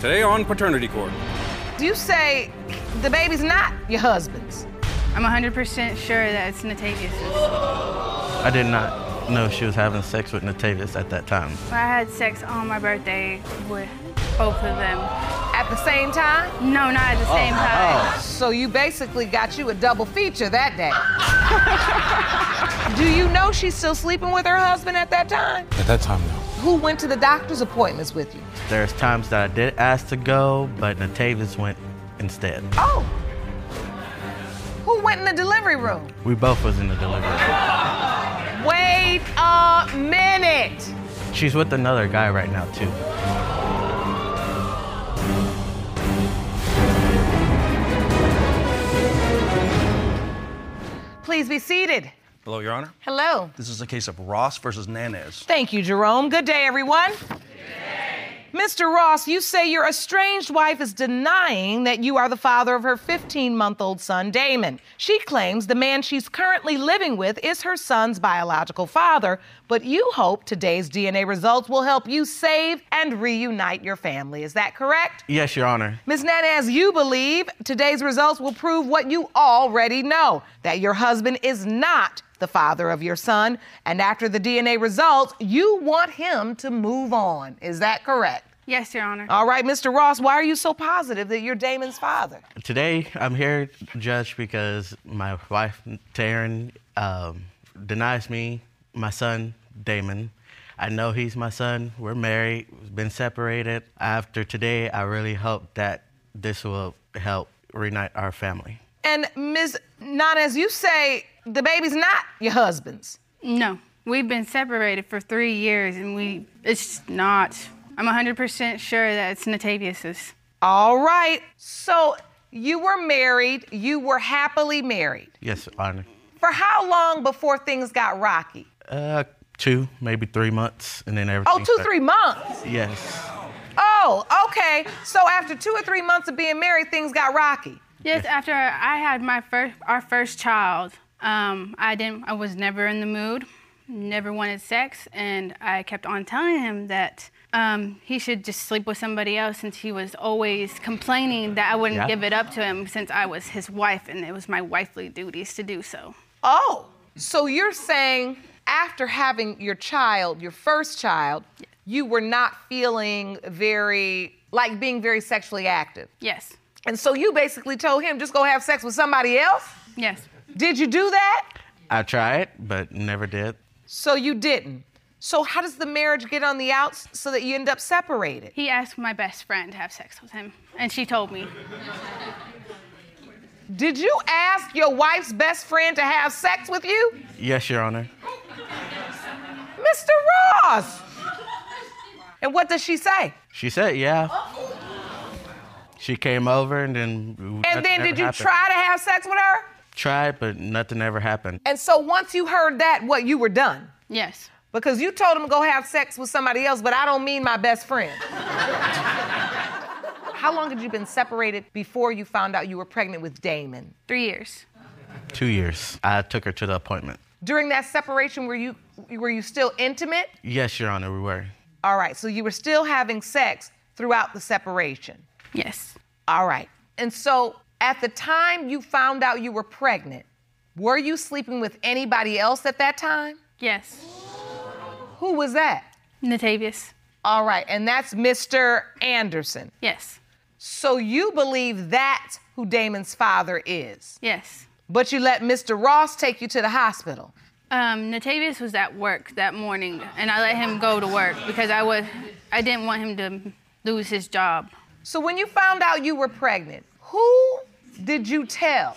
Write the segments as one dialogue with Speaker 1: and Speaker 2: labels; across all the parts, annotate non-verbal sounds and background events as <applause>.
Speaker 1: Today on Paternity Court.
Speaker 2: You say the baby's not your husband's.
Speaker 3: I'm 100% sure that it's Natavius.
Speaker 4: I did not know she was having sex with Natavius at that time.
Speaker 3: I had sex on my birthday with both of them.
Speaker 2: At the same time,
Speaker 3: No, not at the same time.
Speaker 2: so you basically got you a double feature that day. Do you know she's still sleeping with her husband at that time?
Speaker 5: At that time, no.
Speaker 2: Who went to the doctor's appointments with you?
Speaker 4: There's times that I did ask to go, but Natavius went instead.
Speaker 2: Oh. Who went in the delivery room?
Speaker 4: We both was in the delivery. room.
Speaker 2: Wait a minute.
Speaker 4: She's with another guy right now too.
Speaker 2: Please be seated.
Speaker 1: Hello, Your Honor.
Speaker 2: Hello.
Speaker 1: This is a case of Ross versus Nanez.
Speaker 2: Thank you, Jerome. Good day, everyone. Mr. Ross, you say your estranged wife is denying that you are the father of her 15 month old son, Damon. She claims the man she's currently living with is her son's biological father, but you hope today's DNA results will help you save and reunite your family. Is that correct?
Speaker 4: Yes, Your Honor.
Speaker 2: Ms. Nanaz, you believe today's results will prove what you already know that your husband is not the father of your son. And after the DNA results, you want him to move on. Is that correct?
Speaker 3: Yes, Your Honor.
Speaker 2: All right, Mr. Ross, why are you so positive that you're Damon's father?
Speaker 4: Today I'm here, Judge, because my wife Taryn um, denies me my son Damon. I know he's my son. We're married. We've been separated. After today, I really hope that this will help reunite our family.
Speaker 2: And Ms. Nanaz, you say the baby's not your husband's.
Speaker 3: No. We've been separated for three years and we, it's not. I'm 100% sure that it's Natavius's.
Speaker 2: All right, so you were married, you were happily married.
Speaker 4: Yes, Your Honor.
Speaker 2: For how long before things got rocky?
Speaker 4: Uh, two, maybe three months, and then everything.
Speaker 2: Oh, two,
Speaker 4: start-
Speaker 2: three months.
Speaker 4: Yes.
Speaker 2: Oh, okay. So after two or three months of being married, things got rocky.
Speaker 3: Yes, after I had my first, our first child, um, I didn't, I was never in the mood, never wanted sex, and I kept on telling him that um, he should just sleep with somebody else, since he was always complaining that I wouldn't
Speaker 4: Yeah.
Speaker 3: give it up to him, since I was his wife and it was my wifely duties to do so.
Speaker 2: Oh, so you're saying after having your child, your first child, you were not feeling very, like being very sexually active.
Speaker 3: Yes,
Speaker 2: And so you basically told him, just go have sex with somebody else?
Speaker 3: yes,
Speaker 2: Did you do that?
Speaker 4: I tried, but never did.
Speaker 2: So you didn't. So how does the marriage get on the outs so that you end up separated?
Speaker 3: he asked my best friend to have sex with him, and she told me.
Speaker 2: Did you ask your wife's best friend to have sex with you?
Speaker 4: Yes, Your Honor.
Speaker 2: Mr. Ross. And what does she say?
Speaker 4: She said, yeah. She came over, and then. nothing
Speaker 2: And then
Speaker 4: ever
Speaker 2: did you
Speaker 4: happened.
Speaker 2: try to have sex with her?
Speaker 4: Tried, but nothing ever happened.
Speaker 2: And so once you heard that, what you were done.
Speaker 3: Yes,
Speaker 2: Because you told him go have sex with somebody else, but I don't mean my best friend. How long had you been separated before you found out you were pregnant with Damon?
Speaker 3: three years.
Speaker 4: Two years. I took her to the appointment.
Speaker 2: During that separation, were you were you still intimate?
Speaker 4: Yes, Your Honor, we were.
Speaker 2: All right, so you were still having sex throughout the separation.
Speaker 3: Yes,
Speaker 2: All right. And so at the time you found out you were pregnant, were you sleeping with anybody else at that time?
Speaker 3: yes,
Speaker 2: Who was that?
Speaker 3: Natavius.
Speaker 2: All right. And that's Mr. Anderson.
Speaker 3: Yes,
Speaker 2: So you believe that's who Damon's father is.
Speaker 3: yes.
Speaker 2: But you let Mr. Ross take you to the hospital.
Speaker 3: Um, Natavius was at work that morning, and I let him go to work because I was, I didn't want him to lose his job.
Speaker 2: So when you found out you were pregnant, who did you tell?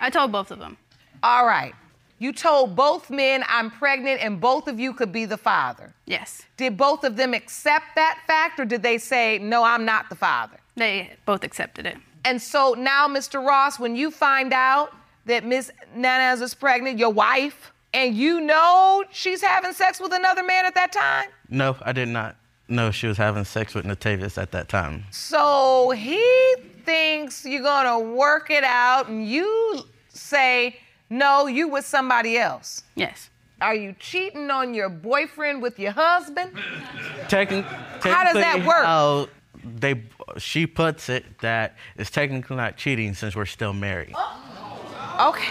Speaker 3: I told both of them.
Speaker 2: All right. You told both men I'm pregnant and both of you could be the father.
Speaker 3: Yes,
Speaker 2: Did both of them accept that fact or did they say, no, I'm not the father?
Speaker 3: they both accepted it.
Speaker 2: And so now, Mr. Ross, when you find out that Miss Nanez is pregnant, your wife, and you know she's having sex with another man at that time,
Speaker 4: No, I did not know she was having sex with Natavius at that time.
Speaker 2: so he thinks you're gonna work it out, and you say, no, you with somebody else.
Speaker 3: Yes.
Speaker 2: Are you cheating on your boyfriend with your husband?
Speaker 4: Techni-
Speaker 2: does that
Speaker 4: technically,
Speaker 2: work?
Speaker 4: uh, they, she puts it that it's technically not cheating since we're still married.
Speaker 2: Okay.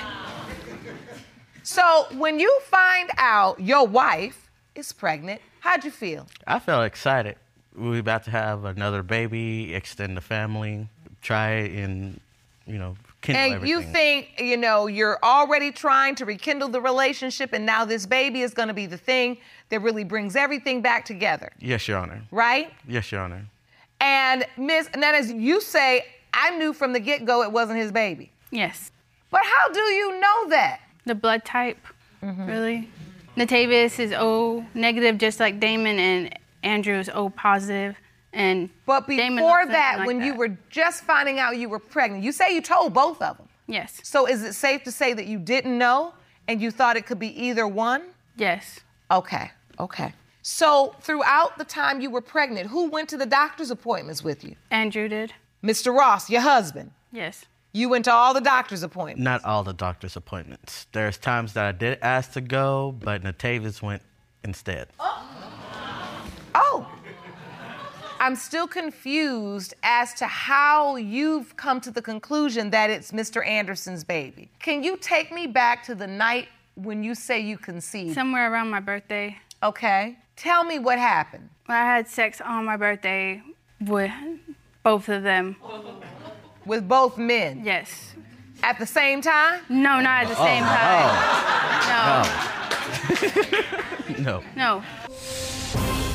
Speaker 2: So when you find out your wife is pregnant, how'd you feel?
Speaker 4: I felt excited. We were about to have another baby, extend the family, try and, you know, kindle
Speaker 2: And
Speaker 4: everything.
Speaker 2: you think, you know, you're already trying to rekindle the relationship, and now this baby is going to be the thing that really brings everything back together,
Speaker 4: Yes, Your Honor.
Speaker 2: right?
Speaker 4: Yes, Your Honor.
Speaker 2: And Miss Nanez, you say, I knew from the get go it wasn't his baby.
Speaker 3: Yes.
Speaker 2: But how do you know that?
Speaker 3: The blood type,
Speaker 2: Mm-hmm.
Speaker 3: really. Natavius is O negative, just like Damon, and Andrew is O positive, and
Speaker 2: But
Speaker 3: Damon looks
Speaker 2: before
Speaker 3: nothing
Speaker 2: that,
Speaker 3: like
Speaker 2: when you were just finding out you were pregnant, you say you told both of them.
Speaker 3: yes,
Speaker 2: So is it safe to say that you didn't know and you thought it could be either one?
Speaker 3: yes,
Speaker 2: Okay, okay. So throughout the time you were pregnant, who went to the doctor's appointments with you?
Speaker 3: Andrew did.
Speaker 2: Mr. Ross, your husband.
Speaker 3: Yes,
Speaker 2: You went to all the doctor's appointments.
Speaker 4: Not all the doctor's appointments. There's times that I did ask to go, but Natavius went instead.
Speaker 2: Oh. I'm still confused as to how you've come to the conclusion that it's Mr. Anderson's baby. Can you take me back to the night when you say you conceived?
Speaker 3: somewhere around my birthday.
Speaker 2: okay. Tell me what happened.
Speaker 3: I had sex on my birthday with both of them.
Speaker 2: With both men
Speaker 3: Yes.
Speaker 2: at the same time?
Speaker 3: No, not at the same time.
Speaker 4: Oh, No.
Speaker 3: No. no.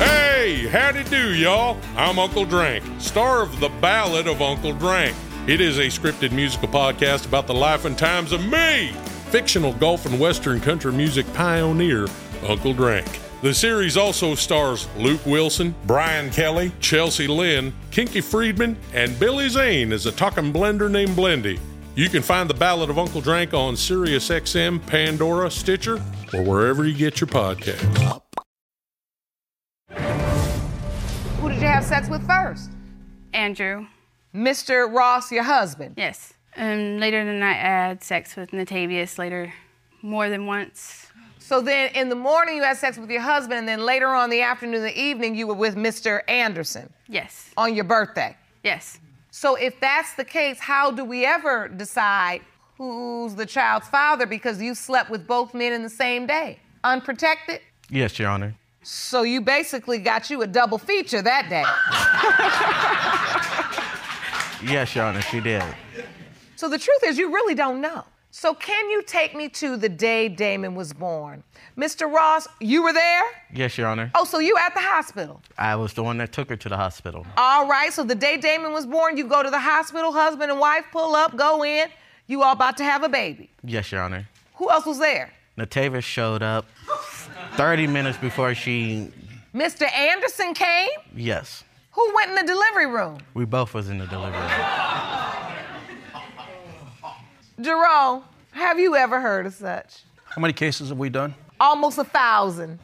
Speaker 6: Hey, howdy do, y'all. I'm Uncle Drank, star of The Ballad of Uncle Drank. It is a scripted musical podcast about the life and times of me, fictional golf and western country music pioneer, Uncle Drank. The series also stars Luke Wilson, Brian Kelly, Chelsea Lynn, Kinky Friedman, and Billy Zane as a talking blender named Blendy. You can find The Ballad of Uncle Drank on SiriusXM, Pandora, Stitcher, or wherever you get your podcasts.
Speaker 2: Who did you have sex with first?
Speaker 3: Andrew.
Speaker 2: Mr. Ross, your husband.
Speaker 3: Yes. And later the night, I had sex with Natavius later, more than once.
Speaker 2: So then in the morning you had sex with your husband, and then later on in the afternoon, the evening, you were with Mr. Anderson
Speaker 3: Yes.
Speaker 2: on your birthday.
Speaker 3: Yes.
Speaker 2: So if that's the case, how do we ever decide who's the child's father because you slept with both men in the same day? Unprotected?
Speaker 4: Yes, Your Honor.
Speaker 2: So you basically got you a double feature that day.
Speaker 4: Yes, Your Honor, she did.
Speaker 2: So the truth is, you really don't know. So can you take me to the day Damon was born? Mr. Ross, you were there?
Speaker 4: Yes, Your Honor.
Speaker 2: Oh, so you at the hospital.
Speaker 4: I was the one that took her to the hospital.
Speaker 2: All right, so the day Damon was born, you go to the hospital, husband and wife pull up, go in. You all about to have a baby.
Speaker 4: Yes, Your Honor.
Speaker 2: Who else was there?
Speaker 4: Natavius showed up 30 minutes before she,
Speaker 2: Mr. Anderson came?
Speaker 4: yes.
Speaker 2: Who went in the delivery room?
Speaker 4: We both was in the delivery.
Speaker 2: Jerome, have you ever heard of such?
Speaker 1: How many cases have we done?
Speaker 2: Almost a thousand.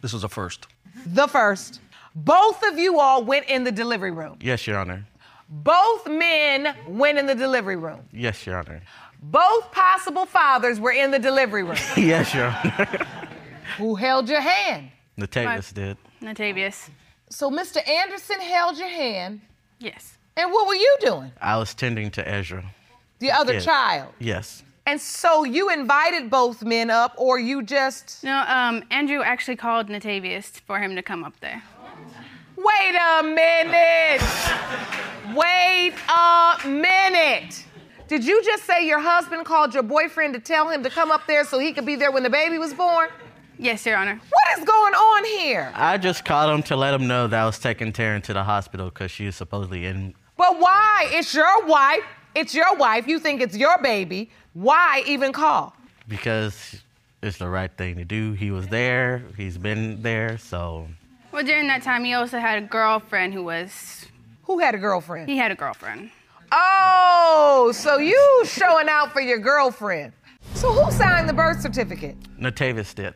Speaker 1: This is a first.
Speaker 2: The first. Both of you all went in the delivery room.
Speaker 4: Yes, Your Honor.
Speaker 2: Both men went in the delivery room.
Speaker 4: Yes, Your Honor.
Speaker 2: Both possible fathers were in the delivery room.
Speaker 4: Yes, Your <laughs> Honor.
Speaker 2: Who held your hand?
Speaker 4: Natavius did.
Speaker 3: Natavius.
Speaker 2: So Mr. Anderson held your hand,
Speaker 3: Yes.
Speaker 2: and what were you doing?
Speaker 4: I was tending to Ezra.
Speaker 2: The other
Speaker 4: Yeah.
Speaker 2: child.
Speaker 4: Yes.
Speaker 2: And so you invited both men up, or you just.
Speaker 3: No, um, Andrew actually called Natavius for him to come up there.
Speaker 2: Wait a minute! Wait a minute! Did you just say your husband called your boyfriend to tell him to come up there so he could be there when the baby was born?
Speaker 3: Yes, Your Honor.
Speaker 2: What is going on here?
Speaker 4: I just called him to let him know that I was taking Taryn to the hospital because she was supposedly in.
Speaker 2: But why? It's your wife. It's your wife. You think it's your baby. Why even call?
Speaker 4: because it's the right thing to do. He was there. He's been there. So
Speaker 3: Well, during that time, he also had a girlfriend who was.
Speaker 2: Who had a girlfriend?
Speaker 3: He had a girlfriend.
Speaker 2: Oh, so you showing out for your girlfriend. So who signed the birth certificate?
Speaker 4: Natavis did.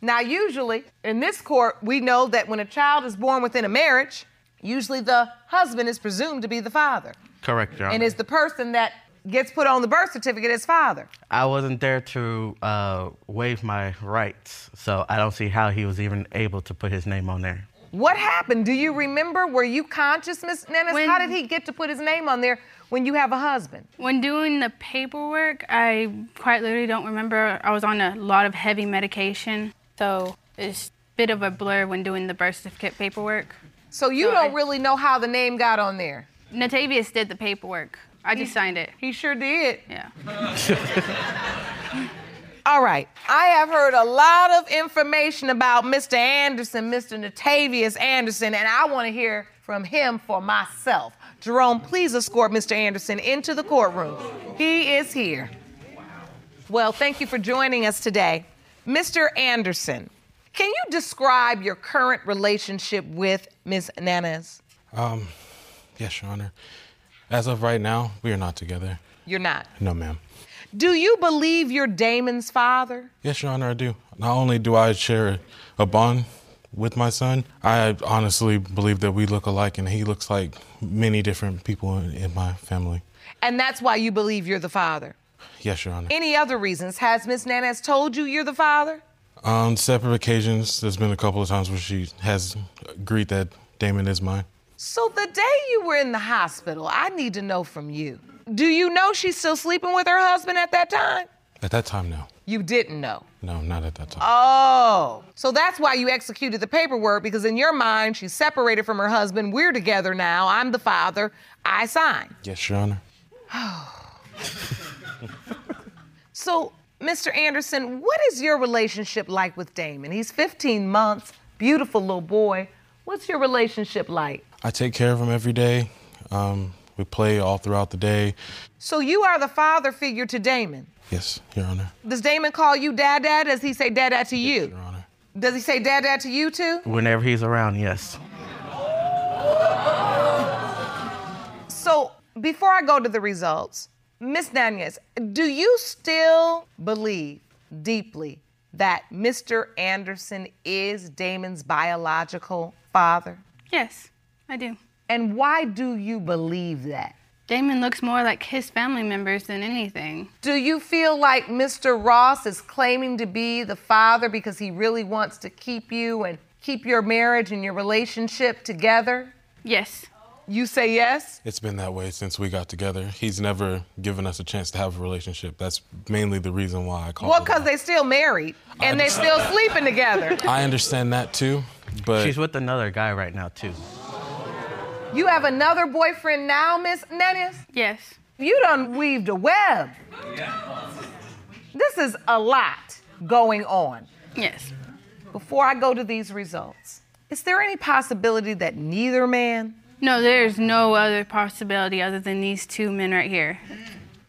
Speaker 2: Now, usually in this court, we know that when a child is born within a marriage, usually the husband is presumed to be the father
Speaker 4: Correct, Your Honor.
Speaker 2: and is the person that gets put on the birth certificate as father.
Speaker 4: I wasn't there to uh, waive my rights, so I don't see how he was even able to put his name on there.
Speaker 2: What happened? Do you remember? Were you conscious, Miss Nennis?
Speaker 3: When-
Speaker 2: How did he get to put his name on there when you have a husband?
Speaker 3: When doing the paperwork, I quite literally don't remember. I was on a lot of heavy medication, so it's a bit of a blur when doing the birth certificate paperwork.
Speaker 2: So you
Speaker 3: No,
Speaker 2: don't
Speaker 3: I-
Speaker 2: really know how the name got on there.
Speaker 3: Natavius did the paperwork. I just signed it.
Speaker 2: He sure did.
Speaker 3: Yeah.
Speaker 2: All right. I have heard a lot of information about Mr. Anderson, Mr. Natavius Anderson, and I want to hear from him for myself. Jerome, please escort Mr. Anderson into the courtroom. He is here. Well, thank you for joining us today. Mr. Anderson, can you describe your current relationship with Ms. Nanez?
Speaker 5: Um, yes, Your Honor. As of right now, we are not together.
Speaker 2: You're not.
Speaker 5: No, ma'am.
Speaker 2: Do you believe you're Damon's father?
Speaker 5: Yes, Your Honor, I do. Not only do I share a bond with my son, I honestly believe that we look alike, and he looks like many different people in, in my family.
Speaker 2: And that's why you believe you're the father.
Speaker 5: Yes, Your Honor.
Speaker 2: Any other reasons? Has Miss Nanez told you you're the father?
Speaker 5: On separate occasions, there's been a couple of times where she has agreed that Damon is mine.
Speaker 2: So the day you were in the hospital, I need to know from you. Do you know she's still sleeping with her husband at that time?
Speaker 5: At that time, no.
Speaker 2: You didn't know.
Speaker 5: No, not at that time.
Speaker 2: Oh, so that's why you executed the paperwork because in your mind she's separated from her husband. We're together now. I'm the father. I sign.
Speaker 5: yes, Your Honor.
Speaker 2: So, Mr. Anderson, what is your relationship like with Damon? He's 15 months, beautiful little boy. What's your relationship like?
Speaker 5: I take care of him every day. Um, we play all throughout the day.
Speaker 2: So you are the father figure to Damon.
Speaker 5: Yes, Your Honor.
Speaker 2: Does Damon call you dad dad? Does he say dad dad to you?
Speaker 5: Your Honor.
Speaker 2: Does he say dad dad to you too?
Speaker 4: Whenever he's around, yes.
Speaker 2: So before I go to the results, Miss Nanez, do you still believe deeply that Mr. Anderson is Damon's biological father?
Speaker 3: Yes, I do.
Speaker 2: And why do you believe that?
Speaker 3: Damon looks more like his family members than anything.
Speaker 2: Do you feel like Mr. Ross is claiming to be the father because he really wants to keep you and keep your marriage and your relationship together?
Speaker 3: Yes.
Speaker 2: You say yes?
Speaker 5: It's been that way since we got together. He's never given us a chance to have a relationship. That's mainly the reason why I called.
Speaker 2: Oh, Well,
Speaker 5: it
Speaker 2: because
Speaker 5: out.
Speaker 2: they still married and they still sleeping together.
Speaker 5: I understand that too, but
Speaker 4: She's with another guy right now too.
Speaker 2: You have another boyfriend now, Miss Nennis?
Speaker 3: Yes.
Speaker 2: You done weaved a web. This is a lot going on.
Speaker 3: Yes.
Speaker 2: Before I go to these results, is there any possibility that neither man?
Speaker 3: No, there's no other possibility other than these two men right here.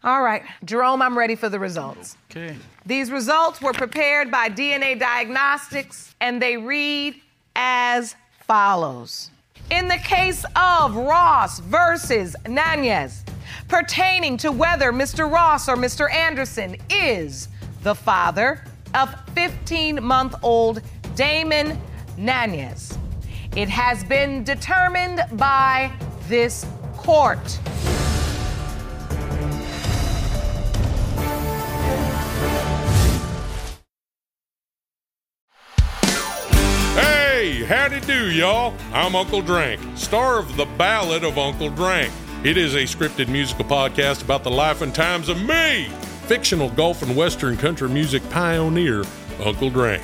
Speaker 2: All right, Jerome, I'm ready for the results.
Speaker 1: Okay.
Speaker 2: These results were prepared by DNA Diagnostics and they read as follows. In the case of Ross versus Nanez, pertaining to whether Mr. Ross or Mr. Anderson is the father of 15 month old Damon Nanez, it has been determined by this court.
Speaker 6: Hey, howdy do, y'all. I'm Uncle Drank, star of The Ballad of Uncle Drank. It is a scripted musical podcast about the life and times of me, fictional golf and western country music pioneer, Uncle Drank.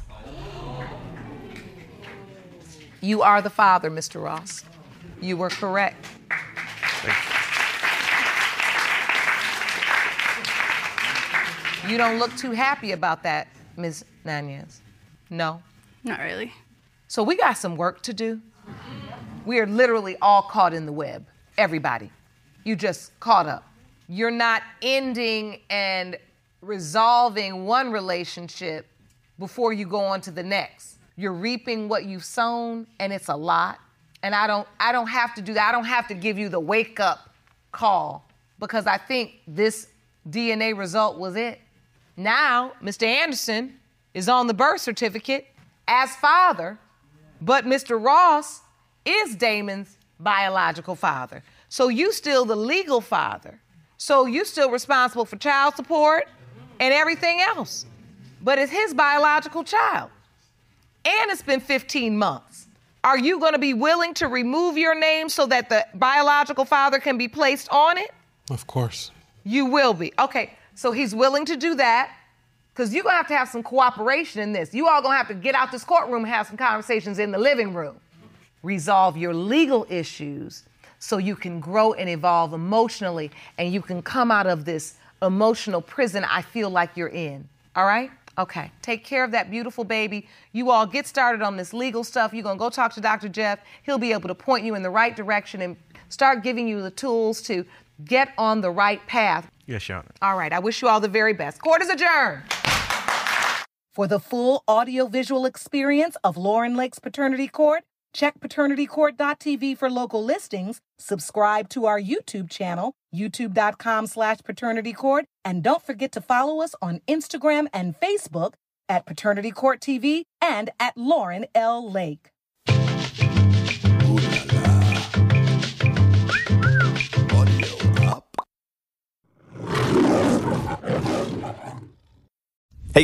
Speaker 2: You are the father, Mr. Ross. You were correct. You don't look too happy about that, Ms. Nanez. No.
Speaker 3: Not really.
Speaker 2: So we got some work to do. We are literally all caught in the web. Everybody. You just caught up. You're not ending and resolving one relationship before you go on to the next. You're reaping what you've sown and it's a lot. And I don't I don't have to do that. I don't have to give you the wake up call because I think this DNA result was it. Now, Mr. Anderson is on the birth certificate as father, but Mr. Ross is Damon's biological father. So you still the legal father. So you still responsible for child support and everything else. But it's his biological child. And it's been 15 months. Are you going to be willing to remove your name so that the biological father can be placed on it?
Speaker 5: Of course.
Speaker 2: You will be. Okay, so he's willing to do that because you're going to have to have some cooperation in this. You all going to have to get out this courtroom and have some conversations in the living room. Resolve your legal issues so you can grow and evolve emotionally and you can come out of this emotional prison I feel like you're in. All right? Okay. Take care of that beautiful baby. You all get started on this legal stuff. You're going to go talk to Dr. Jeff. He'll be able to point you in the right direction and start giving you the tools to get on the right path.
Speaker 4: Yes, Your Honor.
Speaker 2: All right. I wish you all the very best. Court is adjourned.
Speaker 7: For the full audiovisual experience of Lauren Lake's Paternity Court, check paternitycourt.tv for local listings, subscribe to our YouTube channel, youtube.com slash paternitycourt, and don't forget to follow us on Instagram and Facebook at Paternity Court TV and at Lauren L. Lake.
Speaker 8: Hey